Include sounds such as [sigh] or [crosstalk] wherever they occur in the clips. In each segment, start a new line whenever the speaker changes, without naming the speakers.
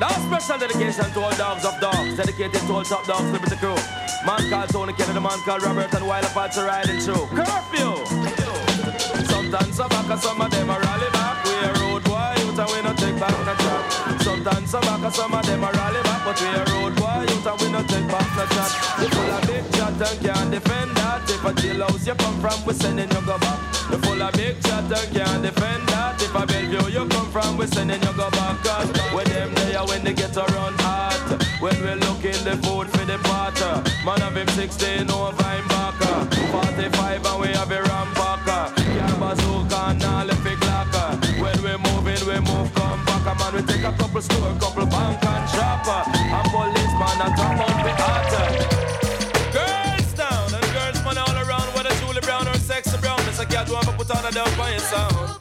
Now special dedication to all dogs of dogs, dedicated to all top dogs, liberty crew. Man called Tony Kennedy, the man called Robert, and while apart are riding through. Curfew! Sometimes I back, and some of them are rally back. We a road boy, youth, and we no take back no chat. Sometimes I back, and some of them are rally back, but we a road boy, youth, and we no take back no chat. You full of big chat and can't defend that. If a jailhouse you come from, we sending you go back. You full of big chat and can't defend that. If a Bellevue you come from, we sending you go back. Cause with them there when they get around hot. When we look in the food for the pot. Man of him 16 over him back. 45 and we have a ram back. Yeah, bazooka and all the big locker. When we move in, we move come back. uh, Man, we take a couple store, couple bank and shop. uh, And policeman and come out the hot. Girls down and girls man all around. Whether Julie Brown or Sexy Brown. Mr. Cat, do have put on a down by sound.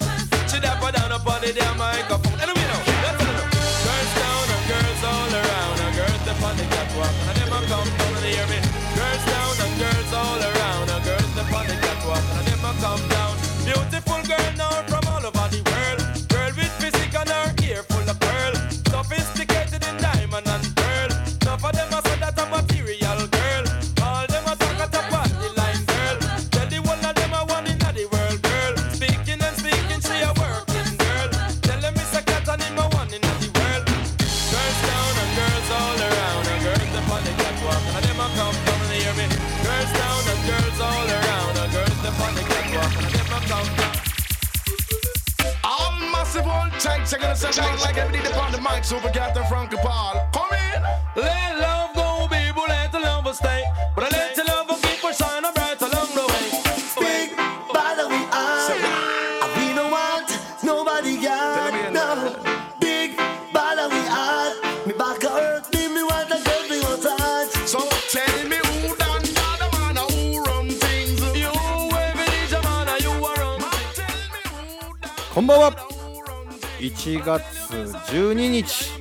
She dapper down upon the damn microphone. Anyway, now, that's enough. Girls down and girls all around. And girls upon the catwalk. And them a come down and hear me. Girls down and girls all around. And girls upon the catwalk. And them a come down. Beautiful girl now from all over the world. Girl with physique and her ear full of pearl. Sophisticated in diamond and pearl. Enough of them a say that a material girl. All them a talk at a party line girl. Tell the one of them a one in the world girl. Speaking and speaking, she a working girl. Tell them it's a cat and him a one in the world. Girls down and girls all around and girls upon the catwalk and them a come down and hear me. Girls down and girls all around and girls upon the catwalk and them a come down.
All massive old tanks are gonna sit down like everybody upon the mic. Super Cat and Frankie Paul. Come in.
Let love go, people, let the love stay. But I let the love keep us shining bright along the way.
Big bother we are. And we don't want nobody got no. Big bother we are. Me back a hurt me, me want a girl me want touch.
So tell me who done that, the man who run things.
You wave it, is a man, and you are on.
こんばんは1月12日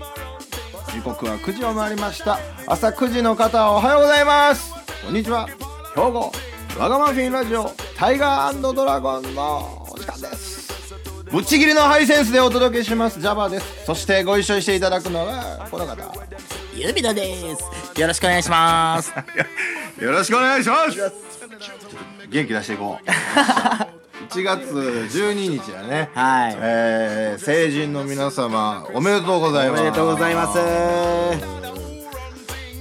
時刻は9時を回りました朝9時の方おはようございますこんにちは兵庫わがままフィンラジオタイガードラゴンのお時間ですぶっちぎりのハイセンスでお届けしますジャバですそしてご一緒していただくのはこの方
ゆびのです。よろしくお願いします。
よろしくお願いします元気出していこう
[laughs]
1月12日やね
はい
えー成人の皆様おめでとうござい
お
ます
めでとうございます。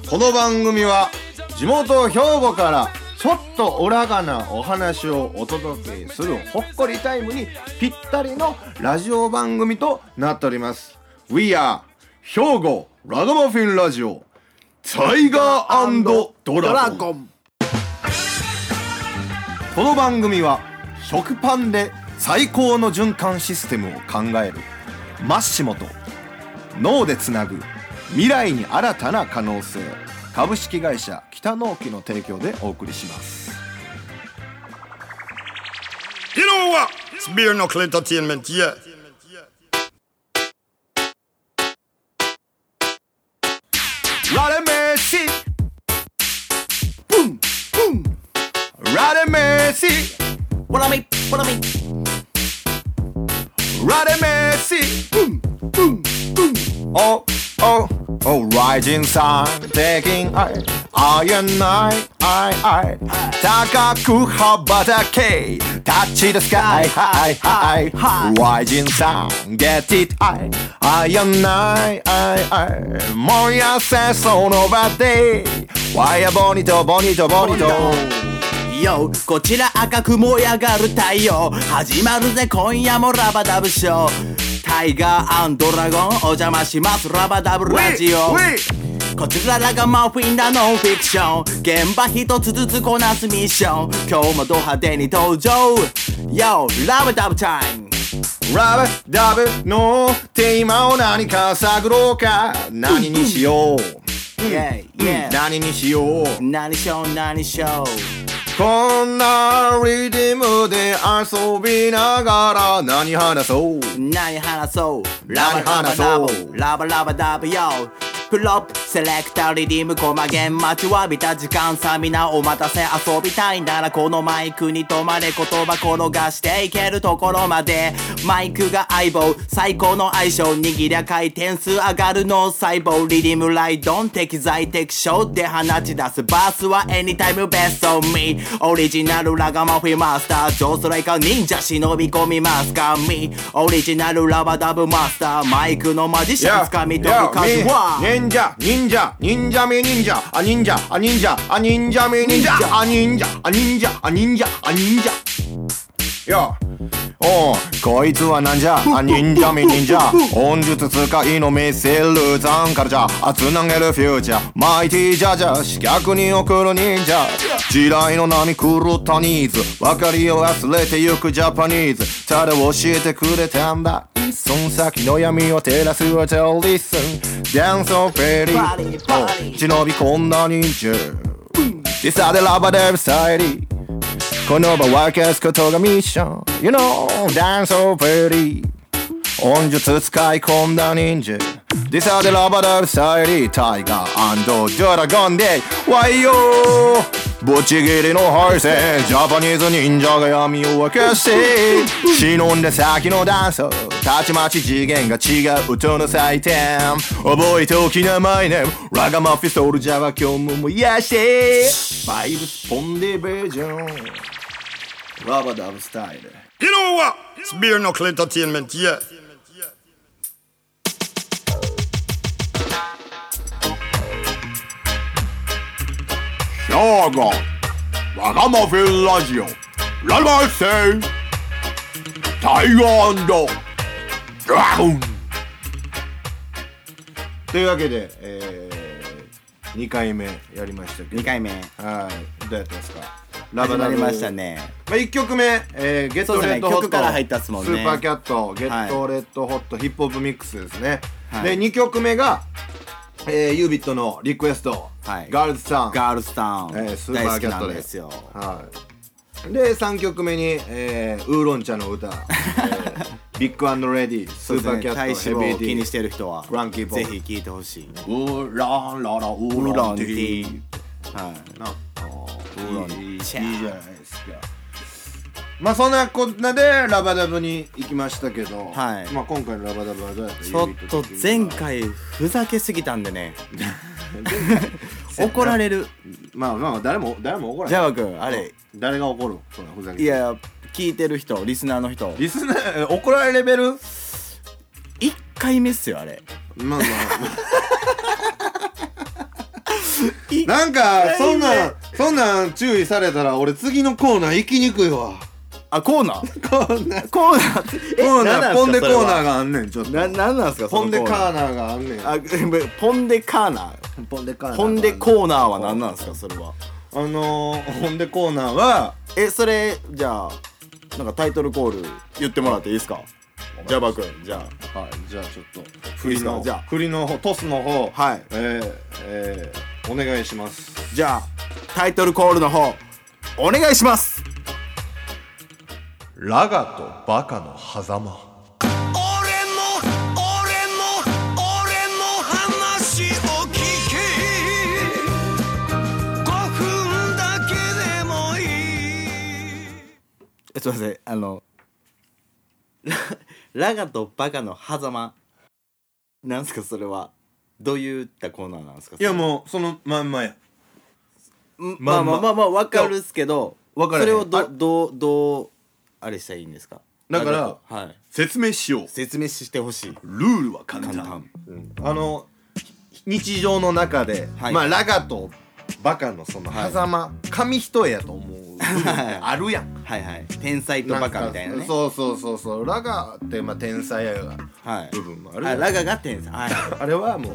この番組は地元兵庫からちょっとおらがなお話をお届けするほっこりタイムにぴったりのラジオ番組となっております。We are 兵庫ラガマフィンラジオタイガード
ド
ラ
ラ
ゴン
ゴン。
この番組は食パンで最高の循環システムを考えるマッシモと脳でつなぐ未来に新たな可能性株式会社北農機の提供でお送りします
You know what? It's bare knuckle entertainment, yeah.
ラレメーシブンブンラレメーシ
ボラミ、ボラミ。
ラレメーシブンブンブンおおお Oh, Rising Sun Taking I Iron Night I I 高く羽ばたけ Touch the sky Hi Hi Rising Sun Get it I Iron Night I I 燃やせその場で Why a bonito bonito bonito
よこちら赤く燃え上がる太陽始まるぜ今夜もラバダブショータイガードラゴンお邪魔しますラバダブラジオこちらラガマフィンなノンフィクション現場一つずつこなすミッション今日もド派手に登場よラバダブタイム
ラブダブのテーマを何か探ろうか何にしよう
イェイイェイ
何にしよう
何しよう何しよ
こんなリズムで遊びながら何話そう
う何話そう
何話そう
ラバラバダブラバラバダブよプロップセレクターリディムコマゲン待ちわびた時間さ皆お待たせ遊びたいならこのマイクに止まれ言葉転がしていけるところまでマイクが相棒最高の相性握りゃ回転数上がる脳細胞リディムライドン適材適所で放ち出すバースは Anytime Best on Me オリジナルラガマフィマスター上ストライカー忍者忍び込みますか Me オリジナルラバダブマスターマイクのマジシャン掴み取るカジュアル
忍者忍者忍者め忍者あ忍者あ忍者あ忍者め忍者あ忍者あ忍者あ忍者あ忍者よおうこいつはなんじゃあ忍者め忍者本日使いのミセルザンからじゃあつなげるフューチャーマイティジャジャ死角に送る忍者時代の波狂ったニーズ分かりを忘れてゆくジャパニーズただ教えてくれたんだその先の闇を照らすは Tell listen Dance of fairy 忍び込んだ忍者実際でラバデブサイリーこの場は消すことがミッション You know Dance of fairy 音術使い込んだ忍者ディサーでラバダブサイリータイガードラゴンでワイヨーぶち切りの敗戦ジャパニーズ忍者が闇を明けして忍んで先のダンスたちまち次元が違う音の祭典覚えておきなマイネームラガマフィソルジャーは今日も燃やしてバイブスポンデベージョンラバダブスタイル
You know what? It's Beer Knuckle Entertainment, yeah.
Yaga, Ragamuffin Radio, Lullaby Say, Tiger Dragon! というわけで、えー、2回目やりましたけど、
2回目
はい、どうやったんですかラ
始ま
ブ
りました。ね
まあ、1曲目、えー、ゲッ
そ
ト
うです
レ
ね
ッドホット、
曲から入ったっすもんね
スーパーキャット、ゲットレッドホット、ヒップホップミックスですね。
は
で、
い
2曲目が、えー、ユービットのリクエスト、
はい
ガールズさん。
ガールスタウン、
えースーパ
大
ー
好
キ
き
ャッ
な
ト
ん
で
ですよ
はい、で3曲目に、えーウーロン茶の
[laughs]
歌、えービッグレディスーパーキャ
体
ッ
脂
ト、
肪
ヘビ
を
ーデ
気
ィ
にしてる人は
フランキーポー
ぜひ聞いてほしい
ウーロンロロウ
ウ
ー
ー
ロ
ロ
ン
ン
テ
テ
ィ
ィ
ー
ーはい
なウ
ウーロン
いいいいじ
茶
ゃないですかまあそんなこんなでラバダブに行きましたけど、
はい
まあ今回のラバダブはどうやって
ちょっと前回ふざけすぎたんで [laughs] ね怒られ [laughs] る
まあまあ誰も誰も怒ら
ジ
ない
ャワ君あれ
誰が怒るそんなふざけて
いや聞いてる人リスナーの人
リスナー怒られるレベル
1回目っすよあれ
まあまあなんかそんなんそんなん注意されたら俺次のコーナー行きにくいわ
あコーナー
コーナー
[laughs] コーナーって
コーナーポンデコーナー
が
があんねんちょっと
ななんなんすかそ
ポ
の
ンデカ
コー
ーナーがあんねん
ナーあポンデカーナー
ポンデカーナー
ポンデコーナーは何なんですかそれは
あのー、ポンデコーナーは
えそれじゃあなんかタイトルコール言ってもらっていいですかジャバ君じゃあ
はいじゃあちょっと
いいっすかじゃあ
振りの方トスの方
はい
えー、えー、お願いします
じゃあタイトルコールの方お願いします
ラガとバカの狭間
えすいませんあのララガとバカの狭間なんすかそれはどういったコーナーなんですか
いやもうそのまんまや
うん
ま
ま
あま
あま
あ
あまあまあ分かるっすけど
分からへん
それを
あ
どどうどうあれしたらいいんですか
だから
ラガとはい、
説明しよう
説明してほしい
ルールは簡
簡単
あのひ日常の中で、
はい
まあラガとバカのその狭間、紙一重やと思う部分ってあるやん
はいはい天才とバカみたいなね
んかそうそうそうそうラガってまあ天才やが
はい
部分もあるや
あ
ん
ラガが天才はいはい
あれはも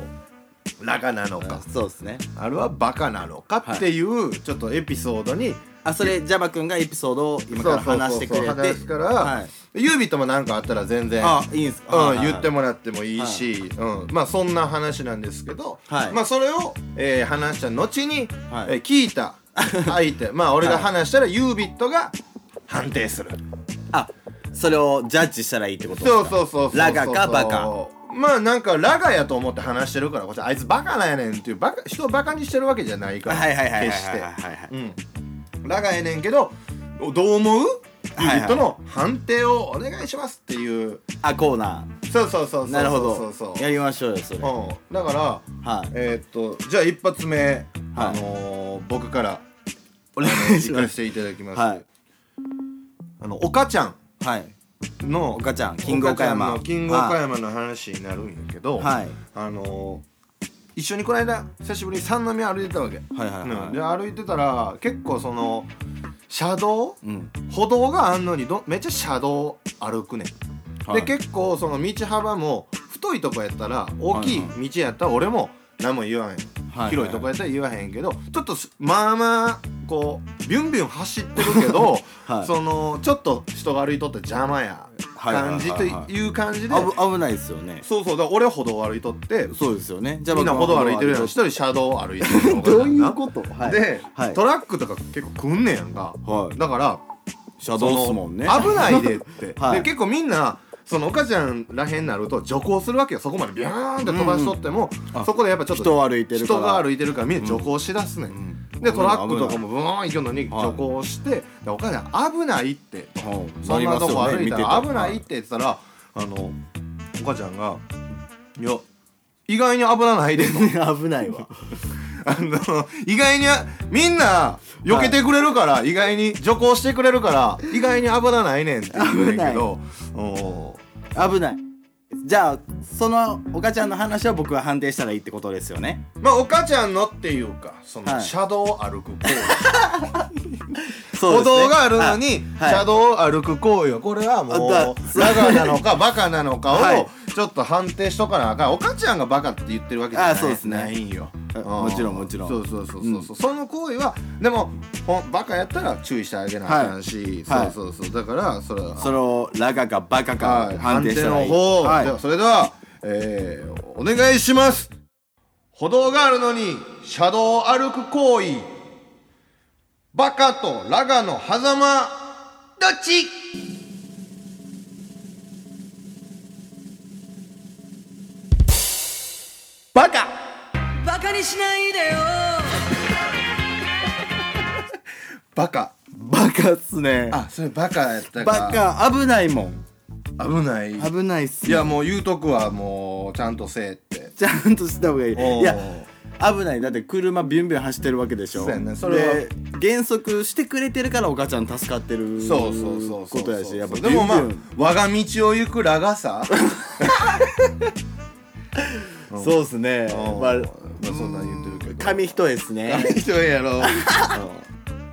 うラガなのか
そうですね
あれはバカなのかっていう、ちょっとエピソードに
あそれジャバ君がエピソードを今から話してくれて
そうそうそう話すから、
はい、
ユービットもなんかあったら全然
あいいんすか
うん
はいはいはい
言ってもらってもいいし、うん、まあそんな話なんですけど、
はい
まあそれを、えー話した後に、
は
え
い
ー聞いた相
[laughs]
手まあ俺が話したらユービットが判定する、
あそれをジャッジしたらいいってことです
そ
か
うそうそうそう
ラガかバカ
まあなんかラガやと思って話してるからこっちあいつバカなんやねんっていうバカ人をバカにしてるわけじゃないから
はいはいはいはい
決して
はいはいはい
うんラガやねんけどどう思うユニットの判定をお願いしますっていう
あコーナ
そうそうそうそう
ーなるほど
そうそうそう
やりましょうよそれは
うん、だから、
い
えーっとじゃあ一発目、あのー僕から
お願いし
行
ま
か
す
せていただきます、
はい
あの岡ちゃ
はい
んの
岡ちゃんキング岡山
岡ちゃんのキング岡山の話になるんやけど、
はい
あのー一緒にこの間久しぶりに三宮歩いてたわけ、
はいはいはい
うんで歩いてたら結構その車道、
うん
歩道があんのにどめっちゃ車道歩くねん、
はい
で結構その道幅も太いとこやったら大き
はい
い道やったら俺も何も言わへん、
はい
広いとこやったら言わへんけどちょっとすまあまあこうビュンビュン走ってるけど、
[laughs] はい
そのちょっと人が歩いとって邪魔や
はいはいはいは
感
い
じという感じで、
あぶ危ないですよね
そうそうだから俺は歩道を歩いとって
そうですよねじ
みんな歩道歩いてるやん一
ど
人車道を歩いてる
[laughs]
の
ういうことはい
で、
はい
トラックとか結構来んねやんか、
はい
だから
車道っすもんね
その危ないでって
[laughs] はい
で結構みんなその岡ちゃんらへんになると徐行するわけよそこまでビャーンって飛ばしとっても、
あ
そこでやっぱちょっと
人を歩いてるから
人が歩いてるからみんな徐行しだすね、ん
うん
で
危
ト
ない
ラックとかもブーン行くのに
はい
徐行して、で岡ちゃん危ないって
はい
そんなとこ
なりますよね
歩いた
見
ら
て
危
たら
ないって言ってたら、あの岡ちゃんが「いや意外に危なないで」
危ないわ
あの意外にみんな避けてくれるから、意外に徐行してくれるから意外に危なないねんって言うねんけどお
危ないじゃあそのおかちゃんの話を僕は判定したらいいってことですよね
ーまあお母ちゃんのっていうかその、
はい
車道を歩く行為、
そう
歩
です
道
ね
があるのに、
はい
車道を歩く行為よこれはもう
あ
ラガなの
[laughs]
かバカなのか
は
を
い
ちょっと判定しとかなあかんお母ちゃんがバカって言ってるわけじゃない
あそうですね
ないんよ
あ
う
もちろんもちろん
そうそうそうそう、うその行為はでもほんバカやったら注意してあげなあかんし、
はい
そうそうそうだからそれは
そのラガかバカ
は
か
い、判
判定
定
したら
の
いい
方、
はい
ではそれでは、えーお願いします歩道があるのに車道を歩く行為バカとラガの狭間どっちバカ
バカにしないでよ
バカ
バカっすね
あそれバカやった
バ
か
カ危ないもん
バカ危ないい
危ないっすね
やもう言うとくわもうちゃんとせえって
ちゃんとした方がいい
おー
いや危ないだって車ビュンビュン走ってるわけでしょ
そうやねそれは
で減速してくれてるからおかちゃん助かってる
そうそうそうそう
ことやしやっぱ
でもまあ
ビュンビュン
我が道を行くらが [laughs] さ
そうっすねまあ
そんなん言ってるけど
紙一重っすね
[laughs] 紙一重やろ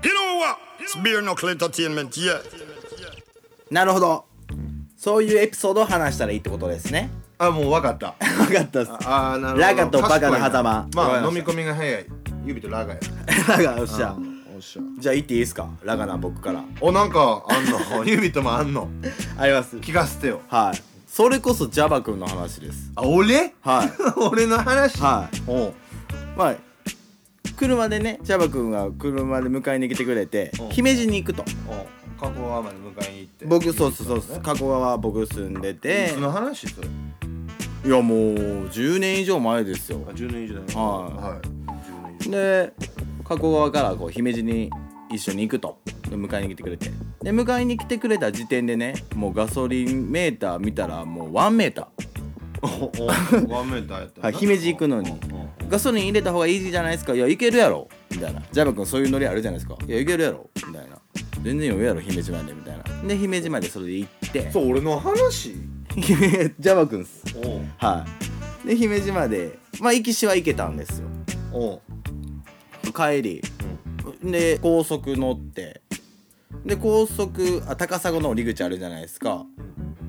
You know what? It's beer knuckle entertainment, yeah.
なるほどそういうエピソードを話したらいいってことですね
あもう分かった
分かったっす
あーなるほど
ラガとバカの狭間
賢いなまあ
わか
飲
り
み込みが早い指とラガや
[laughs] ラガよっしゃ
おっしゃ
じゃあ言っていいですかラガな僕から
おなんかあん
[laughs]
の指ともあんの
あります
聞かせてよ
はいそれこそジャバ君の話です
あ俺
はい
[laughs] 俺の話
はい
おう
まあ車でねジャバ君が車で迎えに来てくれて
うん
姫路に行くと
おう加古川まで迎えに行って
僕そうそうそうそう加古川僕住んでて
いつの話それ
いやもう10年以上前ですよ
あ10年以上だね
はい
はい10年以上
で加古川からこう姫路に一緒に行くとで迎えに来てくれてで迎えに来てくれた時点でねもうガソリンメーター見たらもう1メータ [laughs]
おおワンメーターやったな
ー、はい、姫路行くのにガソリン入れた方がいいじゃないですかいやいけるやろみたいなジャバ君そういうノリあるじゃないですかいやいけるやろみたいな全然余裕やろ姫路までみたいなで姫路までそれで行って
そう俺の話
ジャバ君っす
おう
はいで姫路までまあ行きしは行けたんですよ
おう
帰り、で高速乗ってで高速あ高砂の降り口あるじゃないですか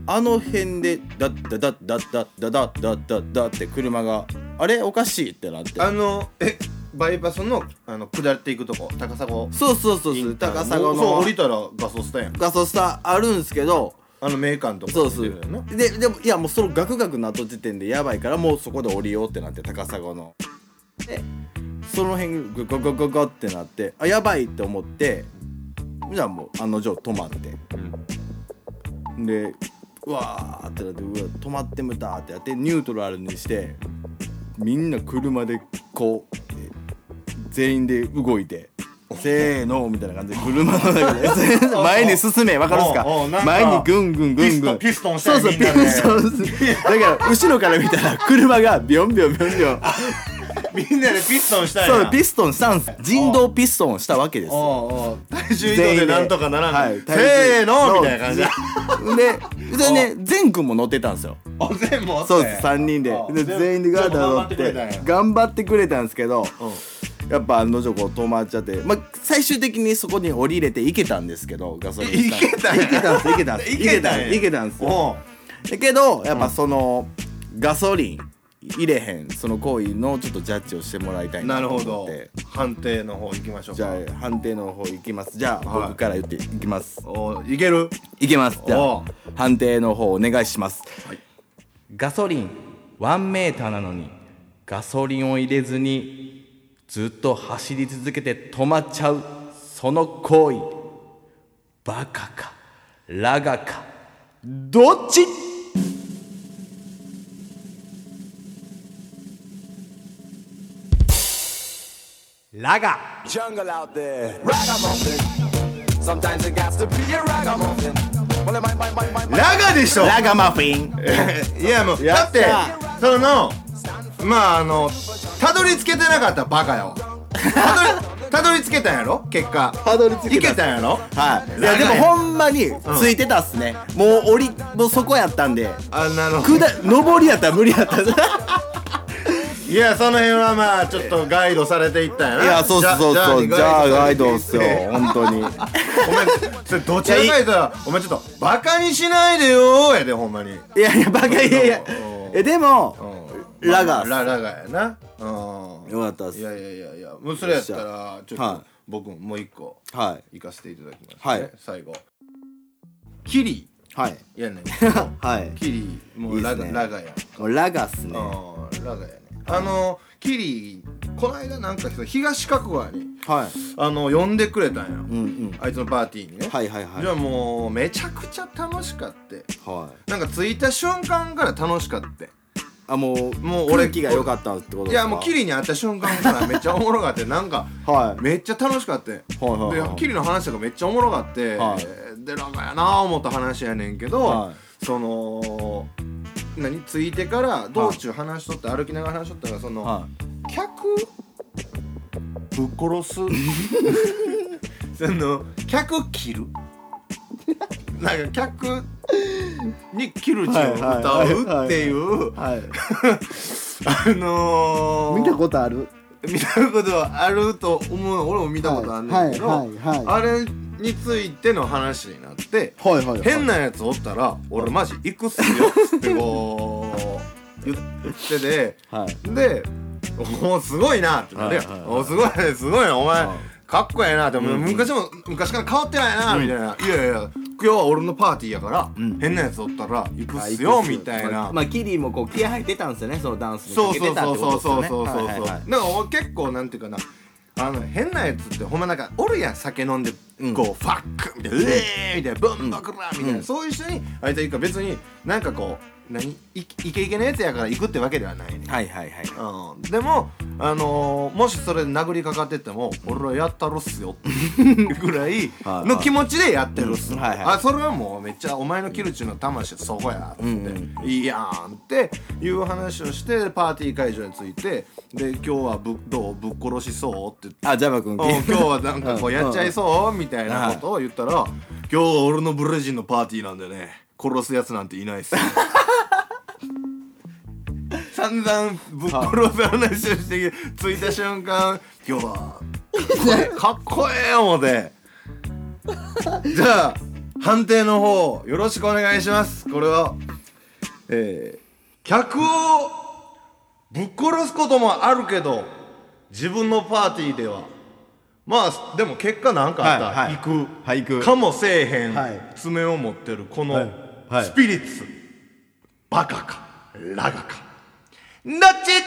あの辺でダッダダッダッダッダッダッダッダッダッって車があれおかしいってなって
あのえバイパスのあの下っていくとこ高砂
そうそうそうそう高砂
もうそう
の
降りたらガソスタやん
ガソスタあるんすけど
あのメーカーのとこ
そう
降
そ
りて
う
るよな
ででもいやもうそのガクガクなった時点でやばいからもうそこで降りようってなって高砂のでその辺グゴゴゴゴってなってあやばいって思ってじゃあもう案の定止まって、でうわーってなってうわ止まってもたってやってニュートラルにしてみんな車でこう全員で動いて。せーのみたいな感じで車の中で [laughs] 前に進めわかるっすか
おうおうなんか
前にぐんぐんぐんぐん
ピストンピス
そ
ト
う
ンして
そう
み
ピ
んなで
ストンしてだから後ろから見たら車がビョンビョンビョンビョン
[laughs] みんなでピストンしたいな
そうピストンしたんです人道ピストンをしたわけですよ
おうおう体重移動でなんとかならな、
はいい
せーのみたいな感じ
ででね善くんも乗ってたんですよ
お全部おって
そうです3人で
お
で全員でガーター乗っ
全部頑張ってくれた
て
んや
頑張ってくれたんですけどやっぱ案の定こう止まっちゃってまあ最終的にそこに降りれて行けたんですけどガソリンスタンド
行けたんや
行けたんです行けたんで
[laughs]
す
行けたんや
行けたんですよ
おう
だけどやっぱそのガソリン入れへんその行為のちょっとジャッジをしてもらいたい
な
な
る
と
ほ
思
ど
って
判定の方行きましょう
じ
か
ゃあ判定の方いきますじゃあ僕から言っていきます
おいける
いけますじゃ
お
あ
う
判定の方お願いします、ガソリン1メーターなのにガソリンを入れずにずっと走り続けて止まっちゃうその行為バカかラガかどっちラガ
jungle out there. Ragamuffin. Sometimes it got to be a ragamuffin. Well, it might, might, might, might,
ラガでしょ
ラガマフィン
いやもうだってそのまああのたどり着けてなかったらバカやわたどりたどり着けたんやろ結果
たどり着けた
いけたんやろ
はい、いやでもほんまについてたっすね、もう降りもうそこやったんで
あなるほど
下上りやったら無理やった [laughs] い
いやその辺はまあちょっとガイドされていったんやない
やそうそうそうそうじゃあガイドっすよ
お
本当 [laughs] に
前それどちらか言ったらお前ちょっとバカにしないでよーやでほんまに
いやいやバカいやいやいやえでも
うん
ラガっす
ララガやなうん
よかったっ
い
す
やいやいやいやもうそれやったらちょっ
はい
と僕ももう一個
はい [laughs]
行かせていただきますね、
はい
最後キリ
はい
や
[laughs]
ねん
はい
キリもう
いいっ
ラ
す
ガ
ね
ラガやん
もうラガっすね
あーラガやねあのキリこの間なんか東角川に
はい
あの呼んでくれたんよ、
うんうん
あいつのパーティーにね、
はいはいはい
じゃあもうめちゃくちゃ楽しかって
はい
なんか着いた瞬間から楽しかって
あもう
もう俺
空気が良かったってことですか
いやもうキリに会った瞬間からめっちゃおもろ
[laughs]
がってなんか
はい
めっちゃ楽しかって、
はいはいはい
でキリの話とかめっちゃおもろがって、
はい
でなんかやな思った話やねんけど、
は
その何ついてから道中話しとって歩きながら話しとったらその、
は
客ぶっ殺すその客切
[laughs]
るなんか客に切る字を歌うっていう
い、 [laughs] [laughs] は
[laughs]
い、
あのー、
ことある
見たことはあると思う俺も見たことあるんだけど、
はいはいはい
あれについての話になって、
はいはいはい
変なやつおったら俺マジ行くっすよっつってこ
[laughs]
う言ってて、
はい
で「おおすごいな」ってなるやん、
はいはいはい
おおすごいねすごいなお前、かっこええなって、昔も昔から変わってないなみたいな「いやいや今日は俺のパーティーやから、変なやつおったら行くっすよ」みたいな。
まあキリもこう気合入ってたんですよねそのダンスに
そ
か
う
け
そ
て
う
た
そ
っ
う
て
そ
こ
う
とですよ
そう
ね
そうそうそう
はいはいはい
だから俺結構なんていうかなあの変なやつってほんまなんかおるやん酒飲んでこう、ファックみたいな「うえー!」みたいな「ブンバクラ!」みたいな、そういう人にあいつは行くから別になんかこう何いイケイケなやつやから行くってわけではないね
はいはいはい
うん、でも、あのーもしそれで殴りかかってっても、俺はやったろっすよ [laughs] ぐらいの気持ちでやってるっす、
うんはいはい
あそれはもうめっちゃお前のキルチューの魂そこやっつって、いいやんっていう話をしてパーティー会場に着いてで今日はぶどうぶっ殺しそうって
あジャバ君
言って、うん今日はなんかこうやっちゃいそうみたいなことを言ったら、今日は俺のブレジンのパーティーなんでね殺すやつなんていないっ [laughs] すよ散々ぶっ殺す話をして着いた瞬間今日はかっこええ思てじゃあ判定の方よろしくお願いしますこれはえー、客をぶっ殺すこともあるけど自分のパーティーではまあでも結果なんかあったら、
はいはい
行く、
はい行く
かもせえへん、
はい
爪を持ってるこの、
はい
スピリッツバカかラガかどっち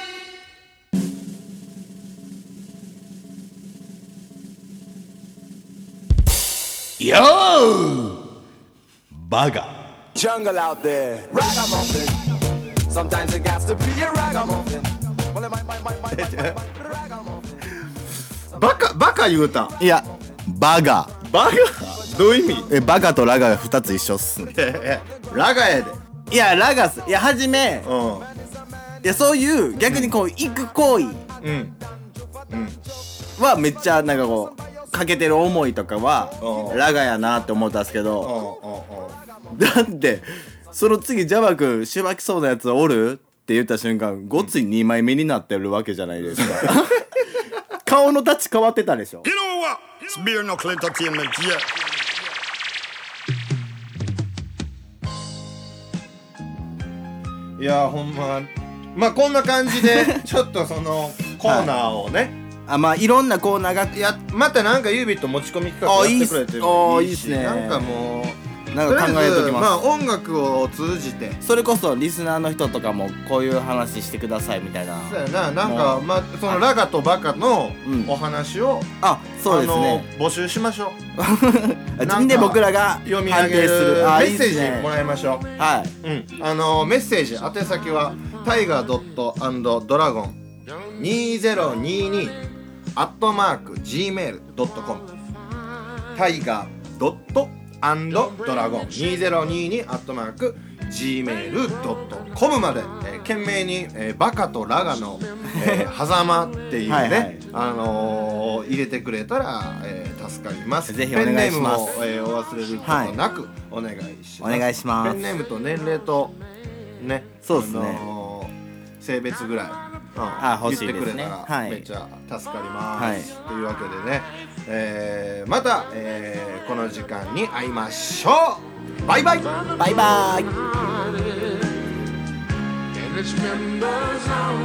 バガ
jungle out there. Ragamuffin. Sometimes it has to be a ragamuffin. Well, it might, might, might, might, might, might, might, ragamuffin.
バカ、バカ言うた。
いやバガ
バカどういう意味
えバカとラガが2つ一緒っすね
ラガやで。
いやラガっすいやはじめ
うん。
いやそういう逆にこう行く行為
うん。
はめっちゃなんかこうかけてる思いとかは
うん
ラガやなって思ったんですけ
うん
ど
うんうん。
だってその次ジャバ君しばきそうなやつおるって言った瞬間ごつい2枚目になってるわけじゃないですか顔の立ち変わってたでしょ
You know what? It's beer knuckle entertainment, yeah.
いやほんままあこんな感じ
[laughs]
でちょっとそのコーナーをね、
あまあいろんなコーナーが
い、やまたなんかユービット持ち込み企画
あ
やってくれて
い
も
いっす
し
あいいっすね
なんかもう
なんか考えとき
りあえず
ます
あ音楽を通じて
それこそリスナーの人とかもこういう話してくださいみたいな
そうやななんか
もう
まあそのラガとバカの
うん
お話を、
あそうですね
あの募集しましょ
あ
な
[laughs]
んか
んで僕らが
う読み上げる
判定す
メ
あ
ッセージも
いいっ
らいましょう
すねはい
うん、あのメッセージ宛先はタイガー .dragon2022 アットマーク gmail.com タイガー .dragon2022 アットマーク gmail.com まで、えー、懸命に、えーバカとラガの、えー、狭間っていうね
はいはい
あのー入れてくれたら、えー助かります
ぜひお願いします
ペンネームも、えーお忘れることなく、お願いします
お願いします
ペンネームと年齢とね
そうですね
あのー性別ぐらい、うん
あ欲しいです
言
ね
ってくれたら、
はい
めっちゃ助かります、というわけでね、えーまた、えーこの時間に会いましょうバイバイ
バイバイ
And its members are